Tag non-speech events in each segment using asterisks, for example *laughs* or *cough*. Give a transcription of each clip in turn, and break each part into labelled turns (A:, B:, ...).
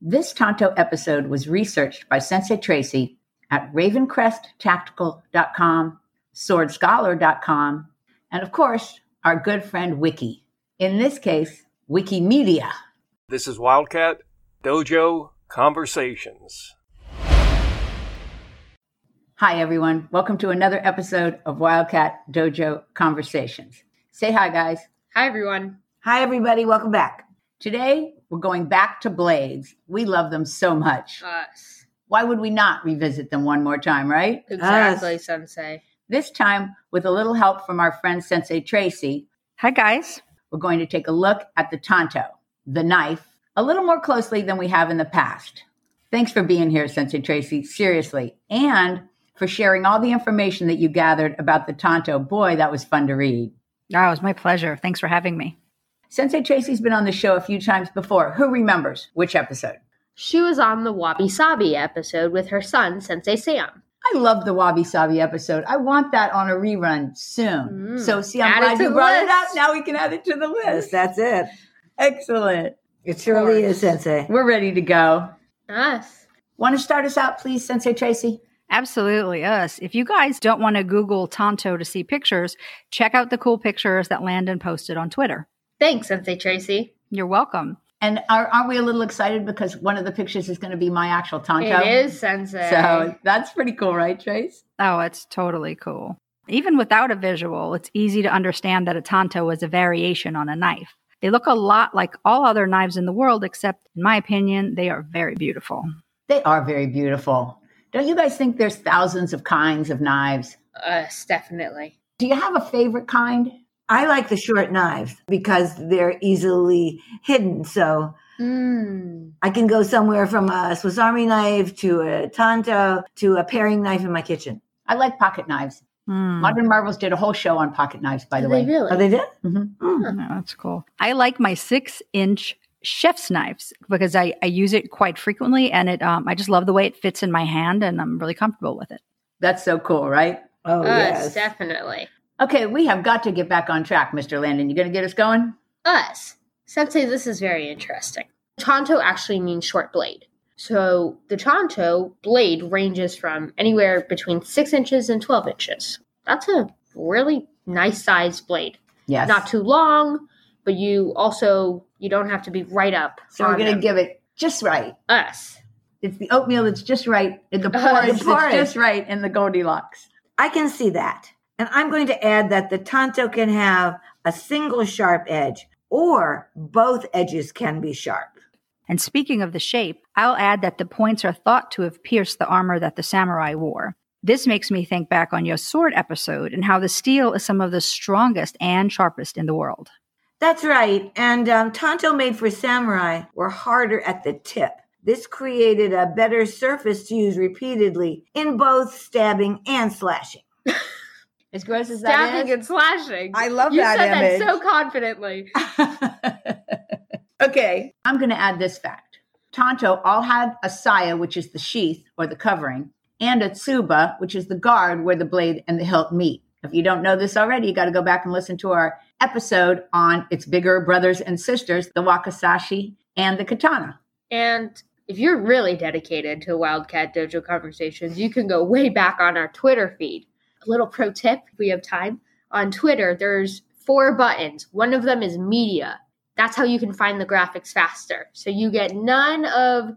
A: This Tonto episode was researched by Sensei Tracy at ravencresttactical.com, swordscholar.com, and of course, our good friend Wiki. In this case, Wikimedia.
B: This is Wildcat Dojo Conversations.
A: Hi, everyone. Welcome to another episode of Wildcat Dojo Conversations. Say hi, guys.
C: Hi, everyone.
D: Hi, everybody. Welcome back.
A: Today, we're going back to blades. We love them so much.
C: Us.
A: Why would we not revisit them one more time, right?
C: Exactly, Sensei.
A: This time, with a little help from our friend Sensei Tracy,
E: Hi, guys.
A: we're going to take a look at the tanto, the knife, a little more closely than we have in the past. Thanks for being here, Sensei Tracy, seriously, and for sharing all the information that you gathered about the tanto. Boy, that was fun to read.
E: Oh, it was my pleasure. Thanks for having me.
A: Sensei Tracy's been on the show a few times before. Who remembers which episode?
C: She was on the Wabi Sabi episode with her son, Sensei Sam.
A: I love the Wabi Sabi episode. I want that on a rerun soon.
C: Mm.
A: So, see, I'm
C: Add it
A: glad
C: to
A: you
C: the
A: brought it
C: list.
A: up. Now we can add it to the
D: Yes,
A: list.
D: that's it.
A: Excellent.
D: It surely is, Sensei.
A: We're ready to go.
C: Us.
A: Want to start us out, please, Sensei Tracy?
E: Absolutely, us. If you guys don't want to Google Tonto to see pictures, check out the cool pictures that Landon posted on Twitter.
C: Thanks, Sensei Tracy.
E: You're welcome.
A: And are, aren't we a little excited because one of the pictures is going to be my actual Tonto?
C: It is Sensei.
A: So that's pretty cool, right, Trace?
E: Oh, it's totally cool. Even without a visual, it's easy to understand that a Tonto is a variation on a knife. They look a lot like all other knives in the world, except, in my opinion, they are very beautiful.
A: They are very beautiful. Don't you guys think there's thousands of kinds of knives?
C: Us, definitely.
A: Do you have a favorite kind?
D: I like the short knives because they're easily hidden. So
C: Mm.
D: I can go somewhere from a Swiss Army knife to a Tonto to a paring knife in my kitchen.
A: I like pocket knives.
E: Hmm.
A: Modern Marvels did a whole show on pocket knives, by the
C: Do
A: way.
C: they really?
D: Oh, they did?
A: Mhm.
D: Mm.
E: Oh, that's cool. I like my six inch chef's knives because I, I use it quite frequently and it um, I just love the way it fits in my hand and I'm really comfortable with it.
A: That's so cool, right?
D: Oh,
C: us,
D: yes.
C: definitely.
A: Okay, we have got to get back on track, Mr. Landon. You going to get us going?
C: Us. Sensei, this is very interesting. Tonto actually means short blade. So the Tonto blade ranges from anywhere between 6 inches and 12 inches. That's a really nice sized blade.
A: Yes.
C: Not too long, but you also you don't have to be right up.
A: so we're
C: on
A: going to
C: them.
A: give it just right.
C: us.
A: It's the oatmeal that's just right, and the porridge that's
D: porridge.
A: just right, and the Goldilocks.
D: I can see that. And I'm going to add that the Tonto can have a single sharp edge or both edges can be sharp.
E: And speaking of the shape, I'll add that the points are thought to have pierced the armor that the samurai wore. This makes me think back on your sword episode and how the steel is some of the strongest and sharpest in the world.
D: That's right. And um, Tonto made for samurai were harder at the tip. This created a better surface to use repeatedly in both stabbing and slashing.
A: As gross as that
C: Stabbing
A: is.
C: and slashing.
A: I love
C: you
A: that
C: said
A: image.
C: that so confidently.
A: *laughs* okay, I'm going to add this fact. Tonto all had a saya, which is the sheath or the covering, and a tsuba, which is the guard where the blade and the hilt meet. If you don't know this already, you got to go back and listen to our episode on its bigger brothers and sisters, the wakasashi and the katana.
C: And if you're really dedicated to Wildcat Dojo conversations, you can go way back on our Twitter feed. A little pro tip, if we have time. On Twitter, there's four buttons. One of them is media. That's how you can find the graphics faster. So you get none of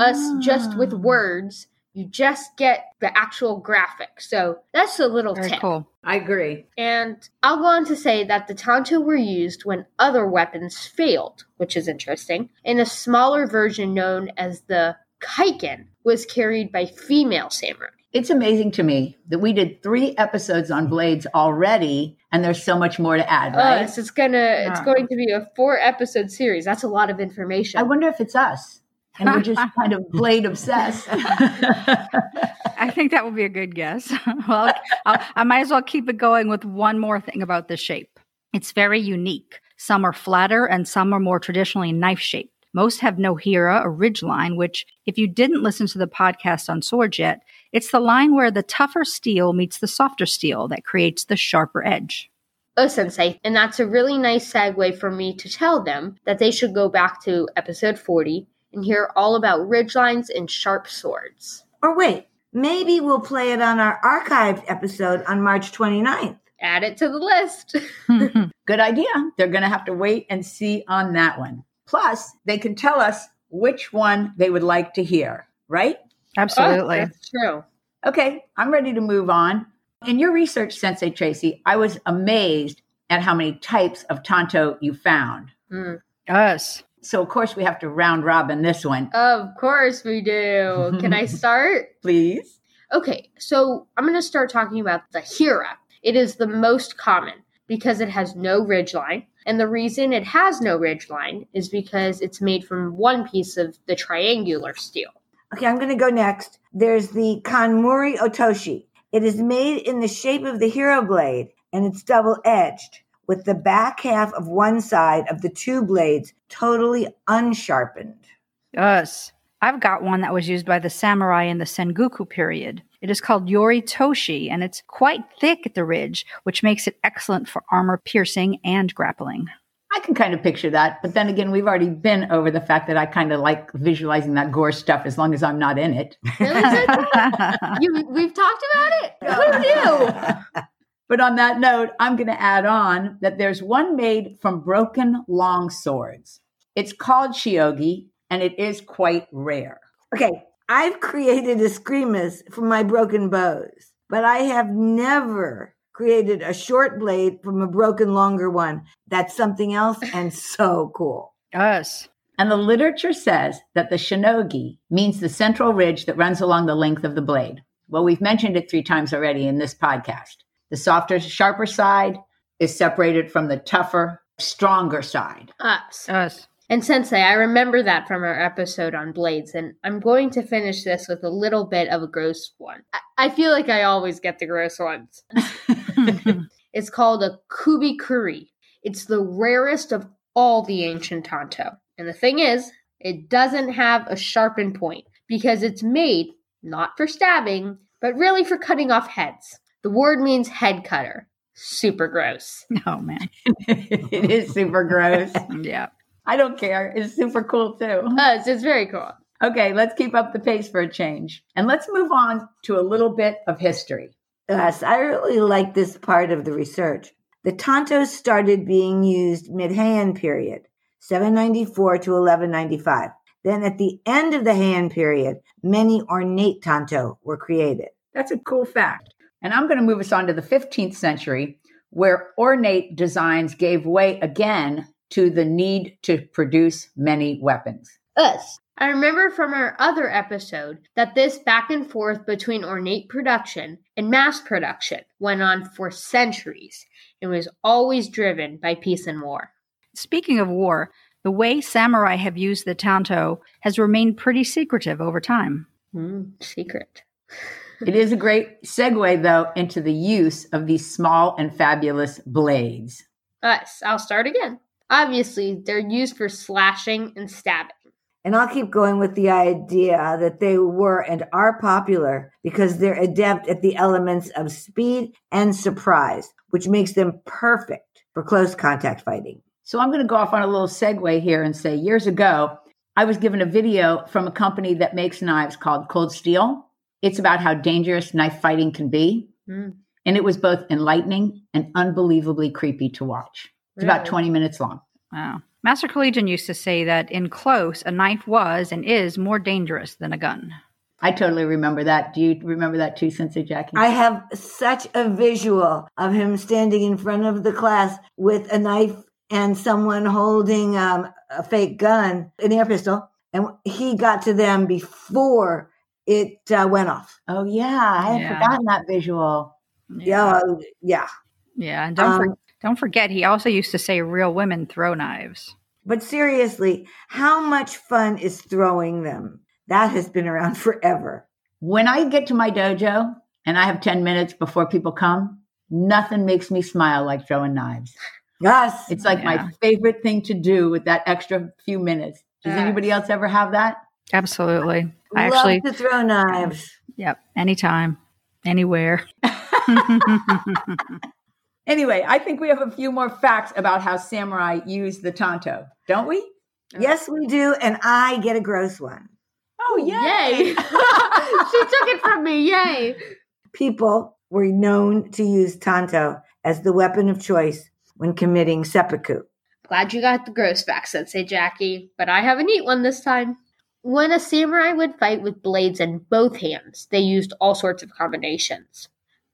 C: us just
E: Ah.
C: with words. You just get the actual graphics. So that's a little
E: Very
C: tip.
E: cool.
A: I agree.
C: And I'll go on to say that the Tanto were used when other weapons failed, which is interesting, and a smaller version known as the Kaiken was carried by female samurai.
A: It's amazing to me that we did three episodes on blades already, and there's so much more to add,
C: Uh,
A: right?
C: so it's gonna it's
E: Yeah.
C: going to be a four episode series. That's a lot of information.
A: I wonder if it's us. And we're *laughs* just kind of blade obsessed. *laughs*
E: I think that would be a good guess. *laughs* well, I'll, I might as well keep it going with one more thing about the shape. It's very unique. Some are flatter and some are more traditionally knife shaped. Most have no hira or ridge line, which, if you didn't listen to the podcast on swords yet, it's the line where the tougher steel meets the softer steel that creates the sharper edge.
C: oh sensei, and that's a really nice segue for me to tell them that they should go back to episode forty and hear all about ridgelines and sharp swords.
D: Or wait, maybe we'll play it on our archived episode on March 29th.
C: Add it to the list. *laughs*
A: Good idea. They're going to have to wait and see on that one. Plus, they can tell us which one they would like to hear, right?
E: Absolutely.
C: Oh, that's true.
A: Okay, I'm ready to move on. In your research, Sensei Tracy, I was amazed at how many types of Tonto you found.
C: Mm.
E: yes.
A: So, of course, we have to round robin this one.
C: Of course we do. Can I start?
A: Please.
C: Okay, so I'm going to start talking about the Hira. It is the most common because it has no ridgeline. And the reason it has no ridgeline is because it's made from one piece of the triangular steel.
D: Okay, I'm going to go next. There's the Kanmuri Otoshi. It is made in the shape of the hero blade and it's double edged, with the back half of one side of the two blades totally unsharpened.
E: Yes. I've got one that was used by the samurai in the Sengoku period. It is called Yori Toshi, and it's quite thick at the ridge, which makes it excellent for armor piercing and grappling.
A: I can kind of picture that. But then again, we've already been over the fact that I kind of like visualizing that gore stuff as long as I'm not in it.
C: Really, Sensei? you, we've talked about it. Who knew?
A: But on that note, I'm going to add on that there's one made from broken long swords. It's called Shiogi, and it is quite rare.
D: Okay, I've created a screamus from my broken bows, but I have never created a short blade from a broken longer one. That's something else and so cool.
E: Yes.
A: And the literature says that the shinogi means the central ridge that runs along the length of the blade. Well, we've mentioned it three times already in this podcast. The softer, sharper side is separated from the tougher, stronger side. *laughs*
C: Us.
E: Yes. *laughs*
C: And Sensei, I remember that from our episode on blades, and I'm going to finish this with a little bit of a gross one. I, I feel like I always get the gross ones. It's called a kubi kuri. It's the rarest of all the ancient tanto. And the thing is, it doesn't have a sharpened point because it's made not for stabbing, but really for cutting off heads. The word means head cutter. Super gross.
E: oh, man.
A: it is super gross.
E: Yeah.
A: I don't care. It's super cool too.
C: Uh, it's, it's very cool.
A: Okay, let's keep up the pace for a change. And let's move on to a little bit of history.
D: Yes, I really like this part of the research. The tantos started being used mid-Heian period, 794 to 1195. Then at the end of the Heian period, many ornate tanto were created.
A: That's a cool fact. And I'm going to move us on to the 15th century, where ornate designs gave way again to the need to produce many weapons.
C: Us. I remember from our other episode that this back and forth between ornate production and mass production went on for centuries and was always driven by peace and war.
E: Speaking of war, the way samurai have used the tanto has remained pretty secretive over time.
C: Mm, secret.
A: It is a great segue, though, into the use of these small and fabulous blades.
C: Us. I'll start again. Obviously, they're used for slashing and stabbing.
D: And I'll keep going with the idea that they were and are popular because they're adept at the elements of speed and surprise, which makes them perfect for close contact fighting.
A: So I'm going to go off on a little segue here and say years ago, I was given a video from a company that makes knives called Cold Steel. It's about how dangerous knife fighting can be.
C: Mm.
A: And it was both enlightening and unbelievably creepy to watch. It's about
C: Really?
A: 20 minutes long.
E: Wow. Master Collegian used to say that in close, a knife was and is more dangerous than a gun.
A: I totally remember that. Do you remember that too, Sensei Jackie?
D: I have such a visual of him standing in front of the class with a knife and someone holding um, a fake gun, an air pistol, and he got to them before it uh, went off.
A: oh, yeah. I had
E: Yeah.
A: forgotten that visual.
D: Yeah, yeah.
E: Yeah. And don't,
D: Um,
E: for- don't forget, he also used to say real women throw knives.
D: But seriously, how much fun is throwing them? That has been around *laughs* forever.
A: When I get to my dojo and I have 10 minutes before people come, nothing makes me smile like throwing knives.
D: Yes.
A: It's like
E: Yeah.
A: my favorite thing to do with that extra few minutes. Does
C: Yes.
A: anybody else ever have that?
E: Absolutely. I
D: Love
E: actually,
D: to throw knives.
E: yep, anytime, anywhere. *laughs*
A: Anyway, I think we have a few more facts about how samurai use the tanto, don't we?
D: Yes, we do. And I get a gross one.
A: Oh,
C: Yay. she
A: yay.
C: *laughs* took it from me. Yay.
D: People were known to use Tonto as the weapon of choice when committing seppuku.
C: Glad you got the gross back, Sensei Jackie, but I have a neat one this time. When a samurai would fight with blades in both hands, they used all sorts of combinations.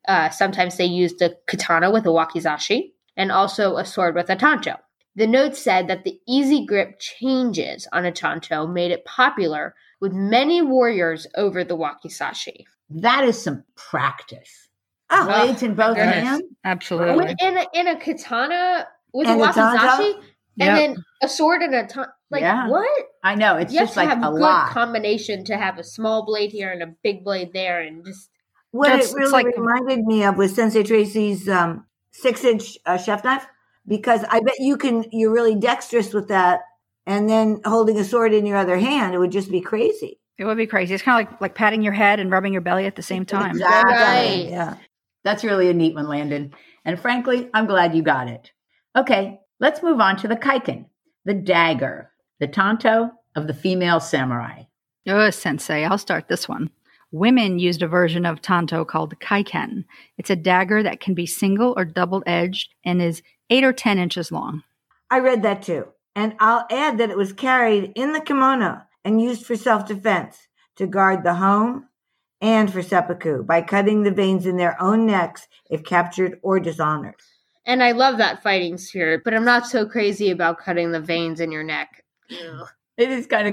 C: Uh, sometimes they used a katana with a wakizashi and also a sword with a tancho. The note said that the easy grip changes on a tancho made it popular with many warriors over the wakizashi.
A: *laughs* That is some practice.
D: Oh,
C: Well,
A: Blades in both
E: goodness.
A: hands.
E: Absolutely.
C: With, in, a, in a katana with
D: And
C: a
D: a
C: wakizashi,
D: tancho?
E: Yep.
C: and then a sword and a tancho. Like,
A: Yeah.
C: what?
A: I know. It's
C: you have
A: just
C: to
A: like
C: have
A: a
C: good
A: lot.
C: combination to have a small blade here and a big blade there, and just
D: What
E: That's-
D: it
E: it's
D: really
E: like-
D: reminded me of was Sensei Tracy's um, six inch uh, chef knife, because I bet you can, you're really dexterous with that. And then holding a sword in your other hand, it would just be crazy.
E: It would be crazy. It's kind of like like patting your head and rubbing your belly at the same time.
A: Exactly.
C: Right.
D: Yeah.
A: That's really a neat one, Landon. And frankly, I'm glad you got it. Okay, let's move on to the kaiken, the dagger, the tanto of the female samurai.
E: Oh, sensei, I'll start this one. Women used a version of tanto called kaiken. It's a dagger that can be single or double edged and is eight or 10 inches long.
D: I read that too. And I'll add that it was carried in the kimono and used for self defense to guard the home and for seppuku by cutting the veins in their own necks if captured or dishonored.
C: and I love that fighting spirit, but I'm not so crazy about cutting the veins in your neck. Ugh.
A: It is kind of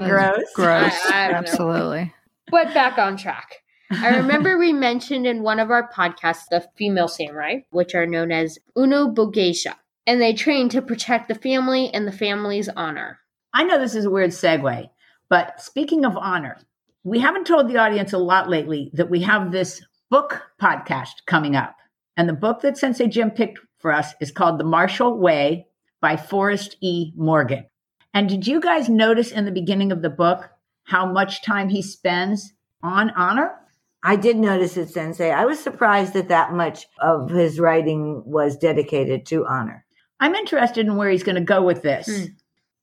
A: gross.
E: That's Gross.
C: I- I don't know.
E: Absolutely.
C: But back on track.
A: *laughs*
C: I remember we mentioned in one of our podcasts the female samurai, which are known as Uno Bogeisha, and they train to protect the family and the family's honor.
A: I know this is a weird segue, but speaking of honor, we haven't told the audience a lot lately that we have this book podcast coming up. And the book that Sensei Jim picked for us is called The Martial Way by Forrest E. Morgan. And did you guys notice in the beginning of the book how much time he spends on honor?
D: I did notice it, Sensei. I was surprised that that much of his writing was dedicated to honor.
A: I'm interested in where he's going to go with this.
C: Hmm.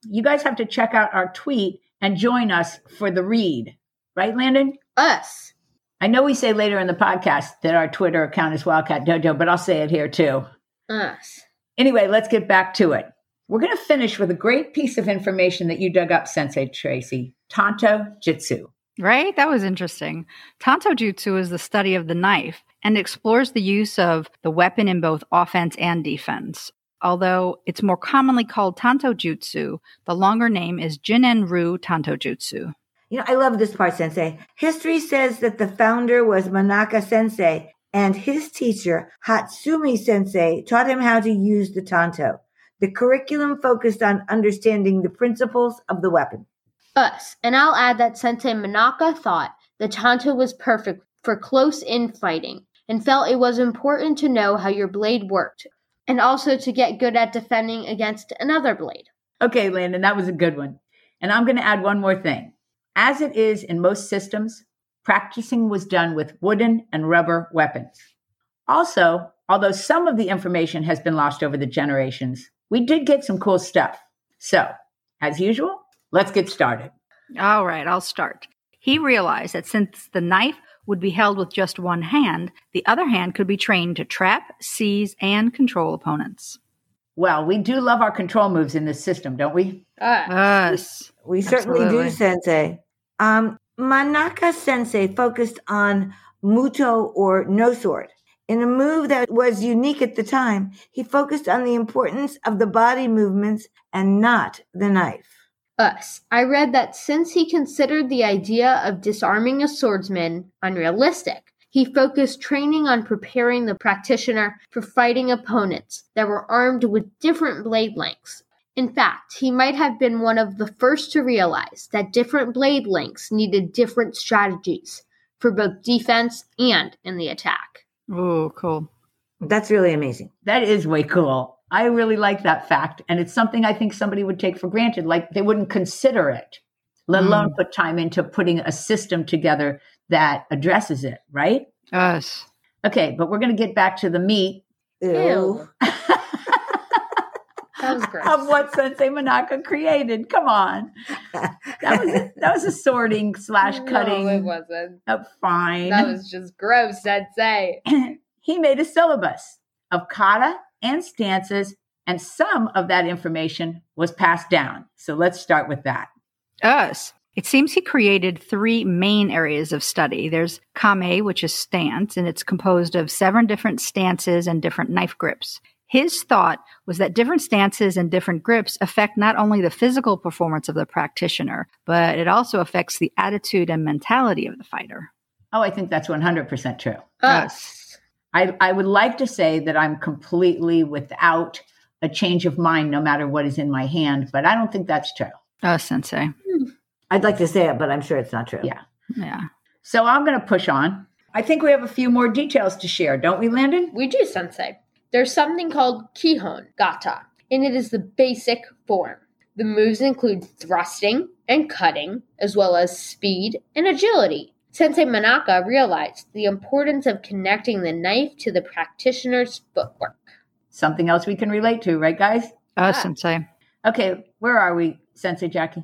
A: You guys have to check out our tweet and join us for the read. Right, Landon?
C: Us.
A: I know we say later in the podcast that our Twitter account is Wildcat Dojo, but I'll say it here too.
C: Us.
A: Anyway, let's get back to it. We're going to finish with a great piece of information that you dug up, Sensei Tracy Tanto Jitsu.
E: Right? That was interesting. Tanto Jutsu is the study of the knife and explores the use of the weapon in both offense and defense. Although it's more commonly called Tanto Jutsu, the longer name is Jinen Ryu Tanto Jutsu.
D: You know, I love this part, Sensei. History says that the founder was Manaka Sensei, and his teacher, Hatsumi Sensei, taught him how to use the tanto. The curriculum focused on understanding the principles of the weapon.
C: us. And I'll add that Sensei Manaka thought the Tanto was perfect for close in fighting and felt it was important to know how your blade worked and also to get good at defending against another blade.
A: Okay, Landon, that was a good one. And I'm going to add one more thing. As it is in most systems, practicing was done with wooden and rubber weapons. Also, although some of the information has been lost over the generations, we did get some cool stuff. So, as usual, let's get started.
E: All right, I'll start. He realized that since the knife would be held with just one hand, the other hand could be trained to trap, seize, and control opponents.
A: Well, we do love our control moves in this system, don't we?
C: Us.
E: Us.
D: We certainly
E: Absolutely.
D: do, Sensei. Um, Manaka Sensei focused on muto or no sword. In a move that was unique at the time, he focused on the importance of the body movements and not the knife.
C: Us. I read that since he considered the idea of disarming a swordsman unrealistic, he focused training on preparing the practitioner for fighting opponents that were armed with different blade lengths. In fact, he might have been one of the first to realize that different blade lengths needed different strategies for both defense and in the attack.
E: Ooh, cool.
D: That's really amazing.
A: That is way cool. I really like that fact. And it's something I think somebody would take for granted. Like they wouldn't consider it, let
E: Mm.
A: alone put time into putting a system together that addresses it, right?
E: Us.
A: Okay, but we're going to get back to the meat.
C: Ew. That was gross.
A: of what Sensei Monaco created. Come on. That was a, that was a sorting slash cutting
C: No, it wasn't.
A: up fine.
C: That was just gross, sensei.
A: *clears throat* he made a syllabus of kata and stanzas, and some of that information was passed down. So let's start with that.
E: Us. It seems he created three main areas of study. There's kame, which is stance, and it's composed of seven different stances and different knife grips. His thought was that different stances and different grips affect not only the physical performance of the practitioner, but it also affects the attitude and mentality of the fighter.
A: Oh, I think that's 100% true.
C: Us.
A: I, I would like to say that I'm completely without a change of mind no matter what is in my hand, but I don't think that's true.
E: Oh, sensei.
D: I'd like to say it, but I'm sure it's not true.
A: Yeah.
E: Yeah.
A: So I'm going to push on. I think we have a few more details to share, don't we, Landon?
C: We do sensei. There's something called Kihon Gata, and it is the basic form. The moves include thrusting and cutting, as well as speed and agility. Sensei Manaka realized the importance of connecting the knife to the practitioner's footwork.
A: Something else we can relate to, right, guys?
E: Oh, sensei.
A: Okay, where are we, Sensei Jackie?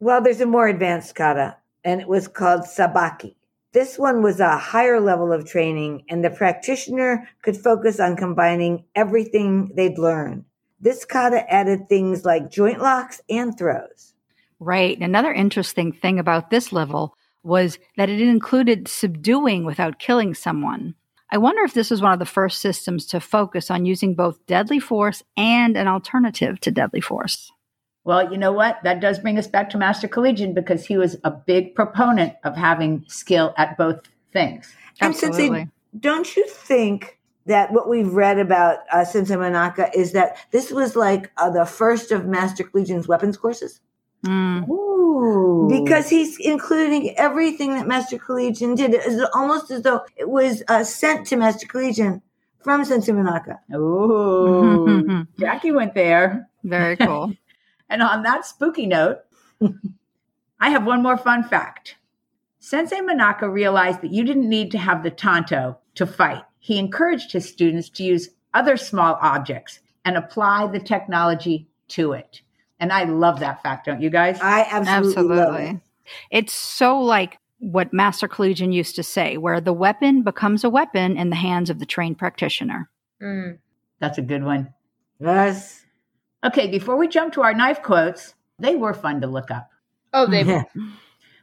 D: Well, there's a more advanced kata, and it was called sabaki. This one was a higher level of training, and the practitioner could focus on combining everything they'd learned. This kata added things like joint locks and throws.
E: Right. And Another interesting thing about this level was that it included subduing without killing someone. I wonder if this was one of the first systems to focus on using both deadly force and an alternative to deadly force.
A: Well, you know what? That does bring us back to Master Collegian because he was a big proponent of having skill at both things.
D: And since they, don't you think that what we've read about uh, Sensei Manaka is that this was like uh, the first of Master Collegian's weapons courses?
E: Mm.
A: Ooh.
D: *laughs* because he's including everything that Master Collegian did. It is almost as though it was uh, sent to Master Collegian from Sensei Manaka.
A: Ooh. Jackie went there.
E: *laughs* Very cool.
A: And on that spooky note, I have one more fun fact. Sensei Manaka realized that you didn't need to have the tanto to fight. He encouraged his students to use other small objects and apply the technology to it. And I love that fact, don't you guys?
D: I absolutely, love it.
E: Absolutely. It's so like what Master Collegian used to say, where the weapon becomes a weapon in the hands of the trained practitioner.
C: Mm.
A: That's a good one.
D: Yes.
A: Okay, before we jump to our knife quotes, they were fun to look up.
C: Oh, they
D: *laughs*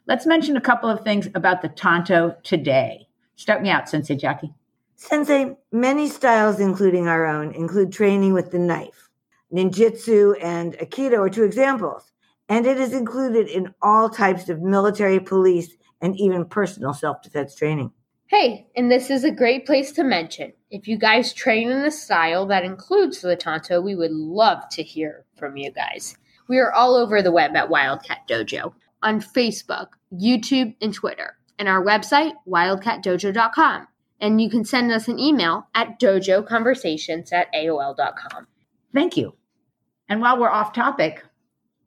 A: Let's mention a couple of things about the tanto today. Start me out, Sensei Jackie.
D: Sensei, many styles, including our own, include training with the knife. Ninjutsu and Aikido are two examples, and it is included in all types of military, police, and even personal self defense training.
C: Hey, and this is a great place to mention. If you guys train in a style that includes the Tonto, we would love to hear from you guys. We are all over the web at Wildcat Dojo on Facebook, YouTube, and Twitter, and our website, wildcatdojo.com. And you can send us an email at dojoconversations at AOL.com.
A: Thank you. And while we're off topic,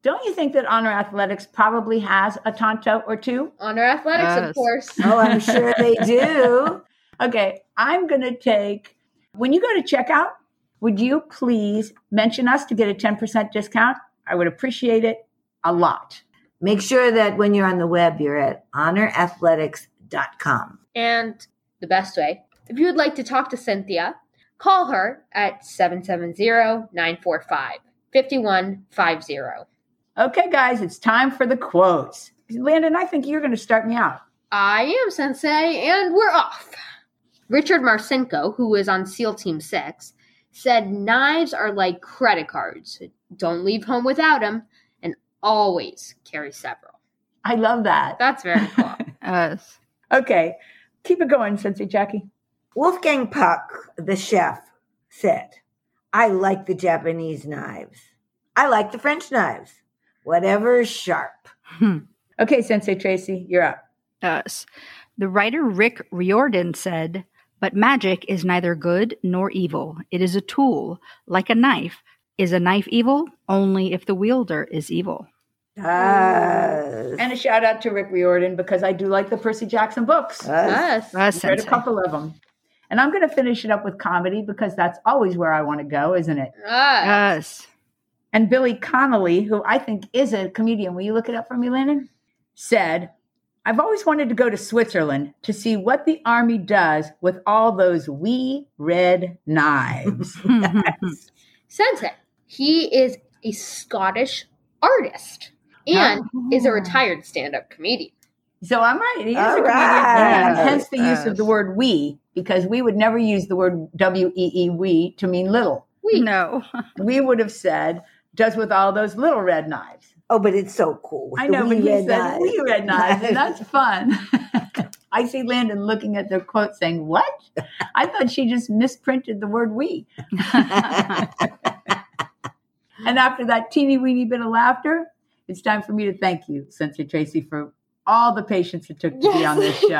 A: don't you think that Honor Athletics probably has a Tonto or two?
C: Honor Athletics,
E: Yes.
C: of course.
D: Oh, I'm sure they do.
A: Okay, I'm going to take, when you go to checkout, would you please mention us to get a 10% discount? I would appreciate it a lot.
D: Make sure that when you're on the web, you're at honorathletics.com.
C: And the best way, if you would like to talk to Cynthia, call her at 770 945 5150.
A: Okay, guys, it's time for the quotes. Landon, I think you're going to start me out.
C: I am Sensei, and we're off. Richard Marcinko, who is on SEAL Team 6, said knives are like credit cards. Don't leave home without them, and always carry several.
A: I love that.
C: That's very cool.
E: Us.
A: Okay, keep it going, Sensei Jackie.
D: Wolfgang Puck, the chef, said, I like the Japanese knives. I like the French knives. Whatever is sharp.
A: Okay, Sensei Tracy, you're up.
E: us. The writer Rick Riordan said, But magic is neither good nor evil. It is a tool, like a knife. Is a knife evil? Only if the wielder is evil.
D: Yes.
A: And a shout out to Rick Riordan because I do like the Percy Jackson books.
D: Yes.
C: yes.
E: Us,
A: Read a
E: sensei.
A: couple of them. And I'm going to finish it up with comedy because that's always where I want to go, isn't it?
C: Ah,
E: Us.
A: And Billy Connolly, who I think is a comedian, will you look it up for me, Landon? Said, I've always wanted to go to Switzerland to see what the army does with all those wee red knives.
C: Sunset. He is a Scottish artist and is a retired stand-up comedian.
A: so I'm right. He is a
D: All
A: comedian.
D: right.
A: and hence the use of
D: Yes.
A: the word we, because we would never use the word W E E we to mean little.
C: We
E: *laughs* no. *laughs*
A: We would have said, does with all those little red knives.
D: Oh, but it's so cool. with
A: I
D: the
A: know, but
D: wee
A: he
D: red
A: said
D: eyes.
A: we red knives, and
D: *laughs*
A: that's fun. *laughs* I see Landon looking at the quote saying, What? I thought she just misprinted the word
D: *laughs*
A: we. And after that teeny weeny bit of laughter, it's time for me to thank you, Sensei Tracy, for all the patience it took to be on
D: *laughs*
A: this show.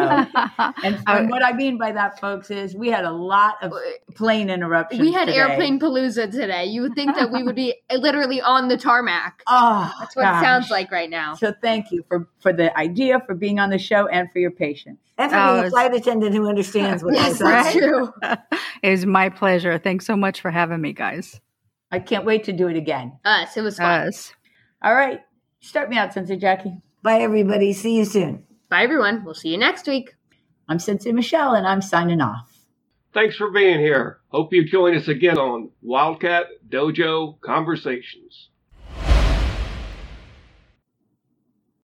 A: And, and what I mean by that, folks, is we had a lot of plane interruptions.
C: we had
A: today.
C: airplane palooza today. You would think that we would be literally on the tarmac.
A: Oh,
C: That's what it sounds like right now.
A: So thank you for for the idea, for being on the show, and for your patience.
D: And for
E: Oh,
D: being a
E: it's-
D: flight attendant who
A: *laughs*
D: understands what
C: Yes,
D: I'm
C: that's
D: saying.
C: true.
E: it was my pleasure. Thanks so much for having me, guys.
A: I can't wait to do it again.
C: Us, it was fun.
E: Yes.
A: All right. Start me out, Sensei Jackie.
D: Bye, everybody. See you soon.
C: Bye, everyone. We'll see you next week.
A: I'm Sensei Michelle, and I'm signing off.
B: Thanks for being here. Hope you join us again on Wildcat Dojo Conversations.